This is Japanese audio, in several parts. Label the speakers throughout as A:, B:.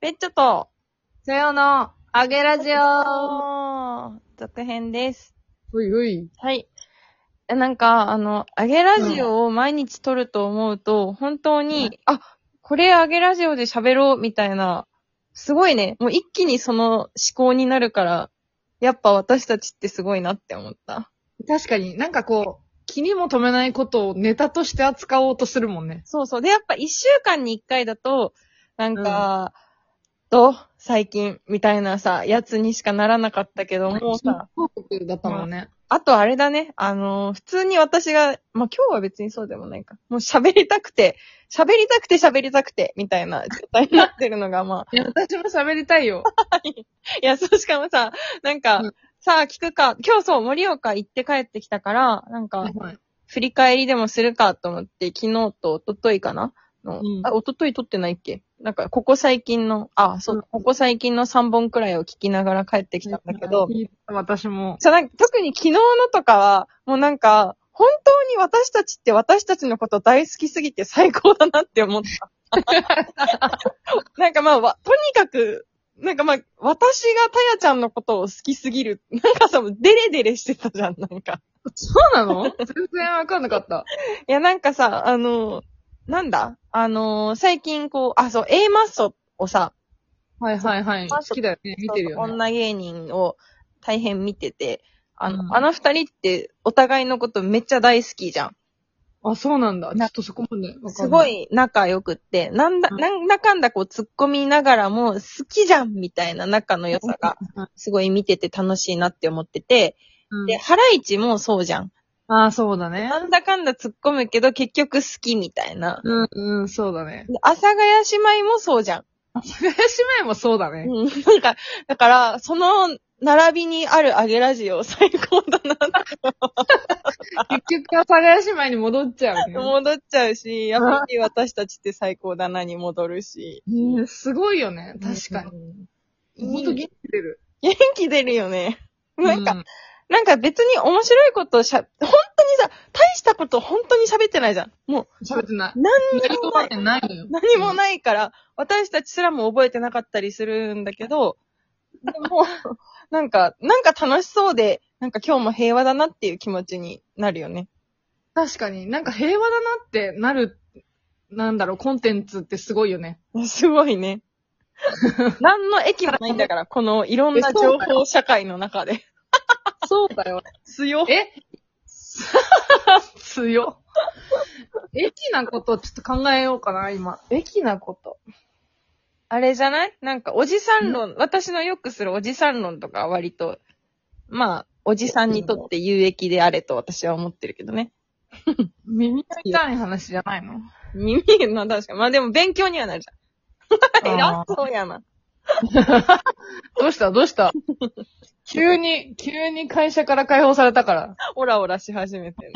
A: ペッチョと、
B: せよの、あげラジオ
A: 続編です。
B: ういうい。
A: はい。えなんか、あの、あげラジオを毎日撮ると思うと、本当に、あ、これあげラジオで喋ろう、みたいな、すごいね。もう一気にその思考になるから、やっぱ私たちってすごいなって思った。
B: 確かになんかこう、気にも留めないことをネタとして扱おうとするもんね。
A: そうそう。で、やっぱ一週間に一回だと、なんか、と、最近、みたいなさ、やつにしかならなかったけど、もうさ、
B: 報告だったもんね。
A: あとあれだね。あのー普通に私が、まあ、今日は別にそうでもないか。もう喋りたくて、喋りたくて喋りたくて、みたいな状態になってるのが、まあ、
B: いや、私も喋りたいよ。
A: いや、そうしかもさ、なんか、
B: うん
A: さあ聞くか、今日そう、盛岡行って帰ってきたから、なんか、振り返りでもするかと思って、昨日と一昨日かなの、
B: うん
A: あ、一昨日撮ってないっけなんか、ここ最近の、あ、そう、
B: うん
A: ここ最近の3本くらいを聞きながら帰ってきたんだけど、
B: いい私も。
A: そうなんか特に昨日のとかは、もうなんか、本当に私たちって私たちのこと大好きすぎて最高だなって思った。 なんかまあわ、とにかく、なんかまあ、私がたやちゃんのことを好きすぎる。なんかさ、デレデレしてたじゃん、なんか。
B: そうなの全然わかんなかった。
A: いや、なんかさ、あの、なんだあの、最近こう、あ、そう、A マッソをさ、
B: はいはいはい。
A: そ
B: 好
A: う
B: きだよね。見てるよね。
A: 女芸人を大変見てて、あの、
B: うん
A: あの二人ってお互いのことめっちゃ大好きじゃん。
B: あ、そうなんだ。ちょっとそこまでわかんない。
A: すご。い仲良くって、なんだ、
B: うん
A: なんだかんだこう突っ込みながらも、好きじゃんみたいな仲の良さが、すごい見てて楽しいなって思ってて、
B: うん
A: で、ハライチもそうじゃん。
B: あ、そうだね
A: な。んだかんだ突っ込むけど、結局好きみたいな。
B: うん、うん、そうだね。
A: で阿佐ヶ谷姉妹もそうじゃん。
B: 姉妹もそうだね。
A: うん、なんか、だから、その、並びにあるアゲラジオ最高だなって
B: 結局、阿佐ヶ谷姉妹に戻っちゃうね。
A: 戻っちゃうし、やっぱり私たちって最高だなに戻るし。
B: ねすごいよね。確かに。
A: うん。
B: ほんと元気出る。
A: 元気出るよね。なんか、
B: う
A: なんか別に面白いことしゃ、本当にさ、大したこと本当に喋ってないじゃん。も
B: 喋ってない。
A: う、何
B: やり
A: にも
B: 込
A: な
B: ま
A: い
B: れ。てないのよ。
A: 何もないから、私たちすらも覚えてなかったりするんだけど、でも、 なんか、なんか楽しそうで、なんか今日も平和だなっていう気持ちになるよね。
B: 確かになんか平和だなってなる、なんだろう、コンテンツってすごいよね。
A: すごい ね。何の駅もないんだから、このいろんな情報社会の中で。
B: そうだよ。
A: 強。
B: え 強。駅なことちょっと考えようかな、今。駅なこと。
A: あれじゃないなんか、おじさん論、私のよくするおじさん論とかは割と、まあ、おじさんにとって有益であれと私は思ってるけどね。
B: 耳痛い話じゃないの
A: 耳の確かに。まあでも勉強にはなるじゃん。偉
B: あー
A: そうやな。
B: どうしたどうした急に、急に会社から解放されたから。
A: オラオラし始めて る。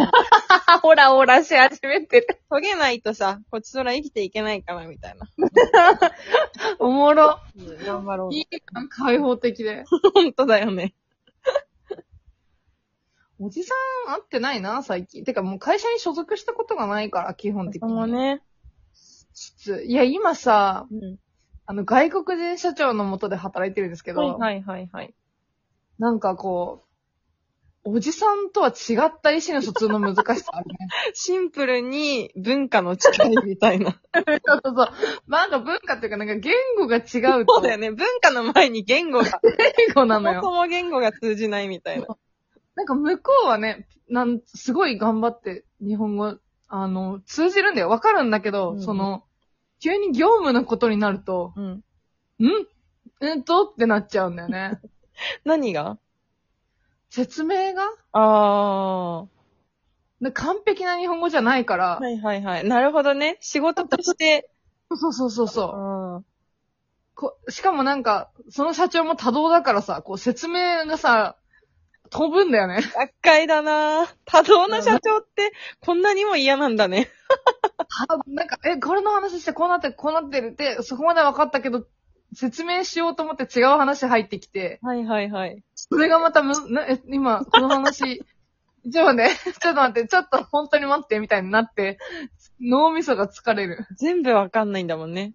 B: あ、ほらほらし始めてる。
A: トゲないとさ、こっちそら生きていけないかな、みたいな。
B: おもろ。
A: 頑張ろ
B: いいな、開放的で。
A: う。本当だよね。
B: おじさん会ってないな、最近。てかもう会社に所属したことがないから、基本的
A: そ
B: に。
A: もね。
B: いや、今さ、
A: うん。
B: あの、外国人社長のもとで働いてるんですけど、
A: はいはいはいはい。
B: なんかこう、おじさんとは違った意思の疎通の難しさある ね。
A: シンプルに文化の違いみたいな。
B: そうそうそう。なんか文化っていうか、なんか言語が違う
A: そう
B: と、
A: だよ
B: 言
A: ね。文化の前に言語が、
B: 語な
A: そ
B: の
A: もそ
B: よ。
A: も言語が通じないみたいな。
B: なんか向こうはね、なん、すごい頑張って日本語、あの、通じるんだよ。わかるんだけど、
A: うん
B: その、急に業務のことになると、
A: うん。
B: んうんとってなっちゃうんだ よね。
A: 何が
B: 説明が
A: あ
B: な完璧な日本語じゃないから
A: あ。、はいはいはい。なるほどね。仕事として。
B: そうそうそうそう
A: あ
B: こ。しかもなんか、その社長も多動だからさ、こう説明がさ、飛ぶんだよ ね。
A: 厄介だなぁ多動な社長って、こんなにも嫌なんだね。
B: はなんか、え、これの話してこうなって、こうなってるって、そこまで分かったけど、説明しようと思って違う話入ってきて、
A: はいはいはい。
B: それがまたむ、なえ、今、この話、 ちょっと待って、ちょっと待って、ちょっと本当に待って、みたいになって、脳みそが疲れる。
A: 全部わかんないんだもんね。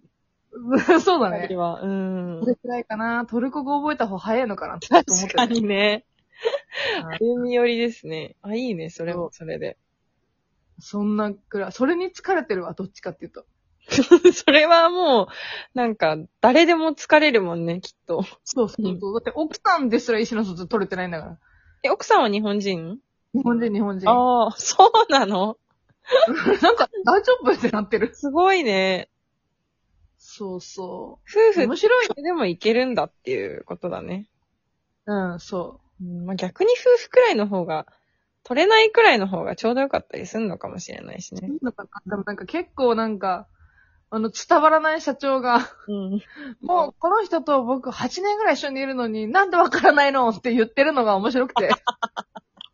B: そうだ
A: あたり
B: ね。
A: は。うん
B: そ。れくらいかな。トルコ語覚えた方早いのかなってちょっと思っ
A: 確
B: て
A: か
B: る。
A: にね
B: は。
A: 歩み寄りですね。あ、いいね、それも、それで。
B: そんなくらい。それに疲れてるわ、どっちかっていうと。
A: それはもう、なんか、誰でも疲れるもんね、きっと。
B: そうそうそう。だって奥さんですら意思の疎通取れてないんだから。
A: え、奥さんは日本人
B: 日本人、日本人。
A: ああ、 そうなの
B: なんか大丈夫ってなってる。
A: すごいね。
B: そうそ
A: 夫
B: う。
A: 婦
B: 面白い。
A: でもいけるんだっていうことだね。
B: うん、そ
A: うんまあ、逆に夫婦くらいの方が、取れないくらいの方がちょうどよかったりするのかもしれないし
B: う。
A: ね
B: い。いのかなでもなんか結構なんか、あの、伝わらない社長が、
A: うん。
B: もうこの人と僕8年ぐらい一緒にいるのになんでわからないのって言ってるのが面白く て。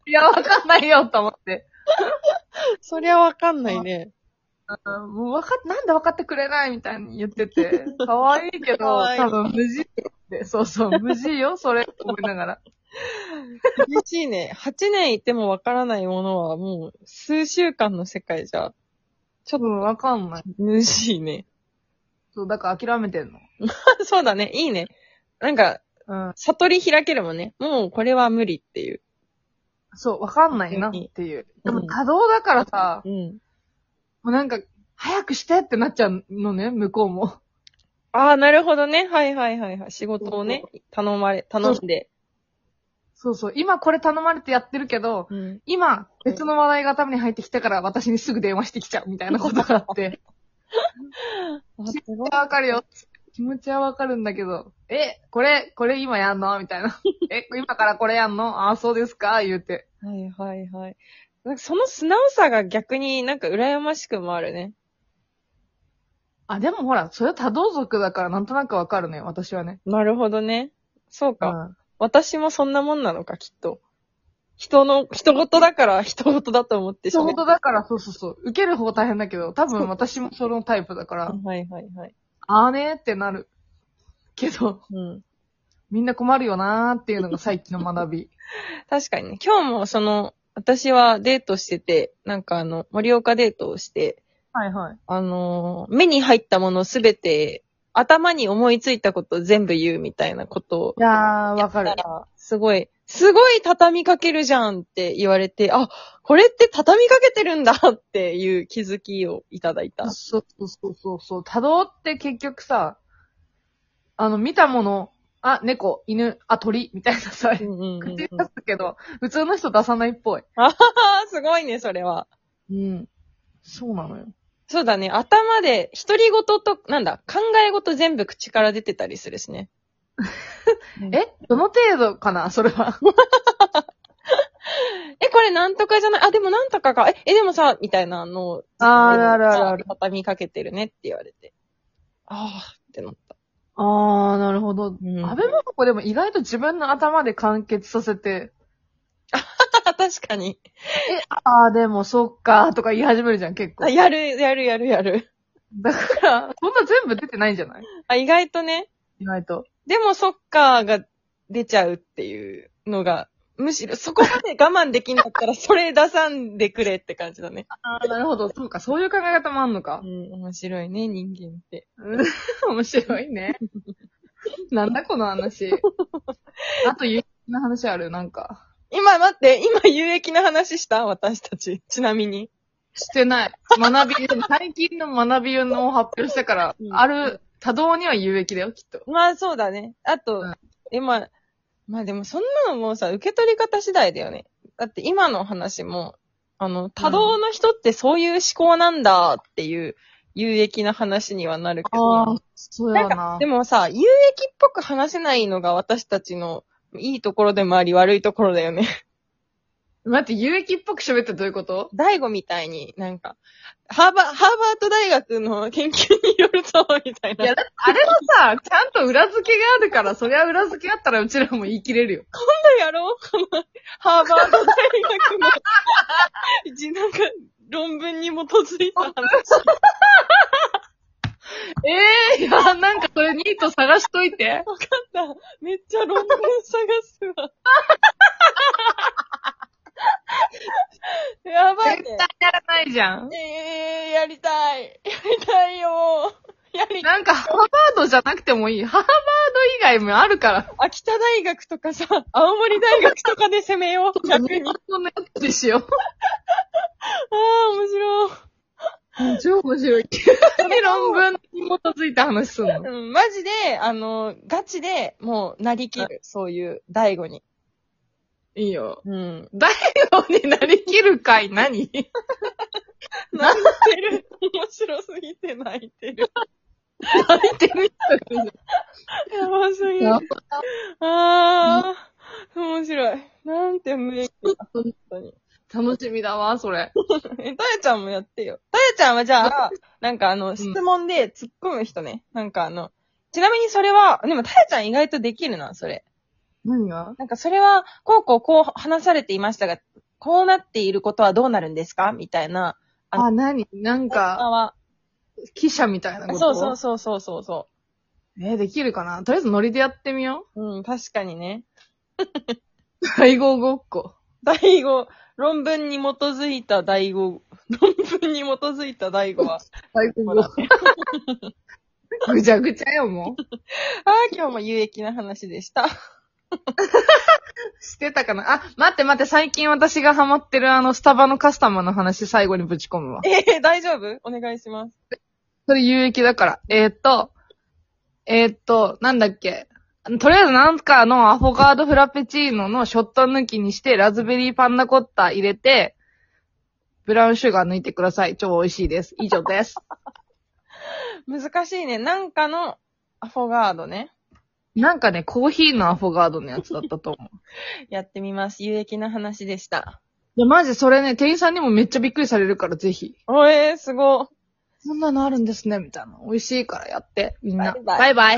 B: いや、わかんないよと思って。
A: そりゃわかんない ね。
B: うんもうわかっ、なんで分かってくれないみたいに言って て。可愛いけど、
A: 可愛い
B: 多分無事で。そうそう、無事よ、それ、と思いながら。
A: 厳しいね。8年いてもわからないものはもう、数週間の世界じゃ、
B: ちょっとわかんない。
A: むしいね。
B: そう、だから諦めてんの。
A: そうだね。いいね。なんか、
B: うん。
A: 悟り開けるもんね。もうこれは無理っていう。
B: そう、わかんないなっていう。
A: う
B: で
A: ん
B: も多動だからさ、
A: うん。
B: もうなんか、早くしてってなっちゃうのね、向こうも。
A: ああ、なるほどね。はいはいはいはい。仕事をね、頼まれ、頼んで。
B: そうそう、今これ頼まれてやってるけど、
A: うん。
B: 今、別の話題が頭に入ってきたから、私にすぐ電話してきちゃうみたいなことがあって。
A: あ、すごい。
B: わかるよ。気持ちはわかるんだけど、え、これ、これ今やんのみたい な。え、今からこれやんのああ、そうですか言うて。
A: はいはいはい。なんかその素直さが逆になんか羨ましくもあるね。
B: あ、でもほら、それは多動族だからなんとなくわかるね、私はね。
A: なるほどね。そう
B: う
A: か。
B: ん。
A: 私もそんなもんなのか、きっと。人の、人事だから人事だと思って
B: 仕
A: 喋る
B: 事だから、そうそうそう。受ける方大変だけど、多分私もそのタイプだから、
A: はいはいはい。
B: ああねーってなる。けど、
A: うん。
B: みんな困るよなーっていうのが最近の学び。
A: 確かにね。今日もその、私はデートしてて、なんかあの、森岡デートをして、
B: はいはい。
A: あのー、目に入ったものすべて、頭に思いついたこと全部言うみたいなことを
B: い、やー、わかる。
A: すごい、すごい畳みかけるじゃんって言われて、あ、これって畳みかけてるんだっていう気づきをいただいた。
B: そうそうそうそう。多動って結局さ、あの、見たもの、あ、猫、犬、あ、鳥、みたいなさ、
A: う
B: 口
A: んうんうん、うん。
B: 出すけど、普通の人出さないっぽい。
A: あーすごいね、それは。
B: うん。そうなのよ。
A: そうだね、頭で、独り言と、なんだ、考え事全部口から出てたりするしね。
B: えどの程度かなそれは。
A: え、これなんとかじゃないあ、でもなんとかか。え、え、でもさ、みたいなのを、
B: あーあるあるあるある
A: 畳みかけてるねって言われて。ああ、ってなった。
B: あー、なるほど。
A: うん
B: 安倍桃子でも意外と自分の頭で完結させて、
A: 確かに。
B: あーでもそっかーとか言い始めるじゃん、結構
A: あ、。やる、やる、やる、やる。
B: だから、そんな全部出てないんじゃない
A: あ、意外とね。
B: 意外と。
A: でも、そっかーが出ちゃうっていうのが、むしろそこまで我慢できんだったら、それ出さんでくれって感じだね。
B: あー、なるほど。そうか、そういう考え方もあんのか
A: う。ん、面白いね、人間って。
B: うん面白いね。なんだこの話。あと、有益な話あるなんか。
A: 今、待って、今、有益な話した私たち。ちなみに。
B: してない。学び、最近の学びのを発表したから
A: う、ん
B: ある、多動には有益だよ、きっと。
A: まあ、そうだね。あと、
B: うん
A: 今、まあでも、そんなのもうさ、受け取り方次第だよね。だって、今の話も、あの、多動の人ってそういう思考なんだっていう、有益な話にはなるけど。
B: あ、そう
A: なんか、でもさ、有益っぽく話せないのが私たちのいいところでもあり悪いところだよね。
B: 待って、有益っぽく喋ってどういうこと
A: 大悟みたいになんか、ハーバー、ハーバード大学の研究によると、みたい
B: いや、
A: な。
B: だってあれはさ、ちゃんと裏付けがあるから、そりゃ裏付けあったらうちらも言い切れるよ。
A: やろうこの、ハーバード大学の、 一なんか、論文に基づいた話。
B: ええいや、なんかそれニート探しといて。
A: だめっちゃ論文探す わ。やばい
B: 絶
A: ね
B: 対。やらないじゃん。
A: えー、やりたい。やりたいよ。やり、
B: なんか、ハーバードじゃなくてもいい。ハーバード以外もあるから。
A: 秋田大学とかさ、青森大学とかで攻めよう。逆に。あ
B: そんなやつにしよ
A: あ、面白い。
B: う。超面白い。 論文に基づいた話すんの。
A: うん、マジで、あの、ガチで、もう、なりきる。そういう、大悟に。
B: いいよ。
A: うん。
B: になりきる会何
A: 泣いてる。面白すぎて泣いてる。
B: 泣いてる
A: やばすぎる。
B: や
A: ああー、面白い。なんて無益だ。本当に。
B: 楽しみだわ、それ。
A: え、たやちゃんもやってよ。たやちゃんはじゃ あ、なんかあの、質問で突っ込む人ね。なんかあの、ちなみにそれは、でもたやちゃん意外とできるな、それ。
B: 何が
A: なんかそれは、こうこうこう話されていましたが、こうなっていることはどうなるんですかみたいな。あ
B: あ、何なんか、
A: あ
B: 記者みたいなこと
A: そうそうそうそうそうそ
B: えーできるかなとりあえずノリでやってみよ
A: う。うん、確かにね。
B: う。大号ごっこ。
A: 第五、論文に基づいた第五、 論文に基づいた第五は。
B: 大号ごっこ。 ぐちゃぐちゃよ、もう。
A: ああ、今日も有益な話でした。
B: してたかなあ、待って待って、最近私がハマってるあの、スタバのカスタマーの話最後にぶち込むわ。
A: えー、大丈夫お願いします。
B: それ有益だから。えーっと、えーっと、なんだっけ。とりあえずなんかのアフォガードフラペチーノのショット抜きにして、ラズベリーパンナコッタ入れて、ブラウンシュガー抜いてください。超美味しいです。以上です。
A: 難しいね。なんかのアフォガードね。
B: なんかね、コーヒーのアフォガードのやつだったと思う。
A: やってみます。有益な話でした。
B: いや、マジそれね、店員さんにもめっちゃびっくりされるから、ぜひ。
A: おえー、すごい。
B: そんなのあるんですね、みたいな。美味しいからやって、みんな。
A: バイバイ
B: バイバイ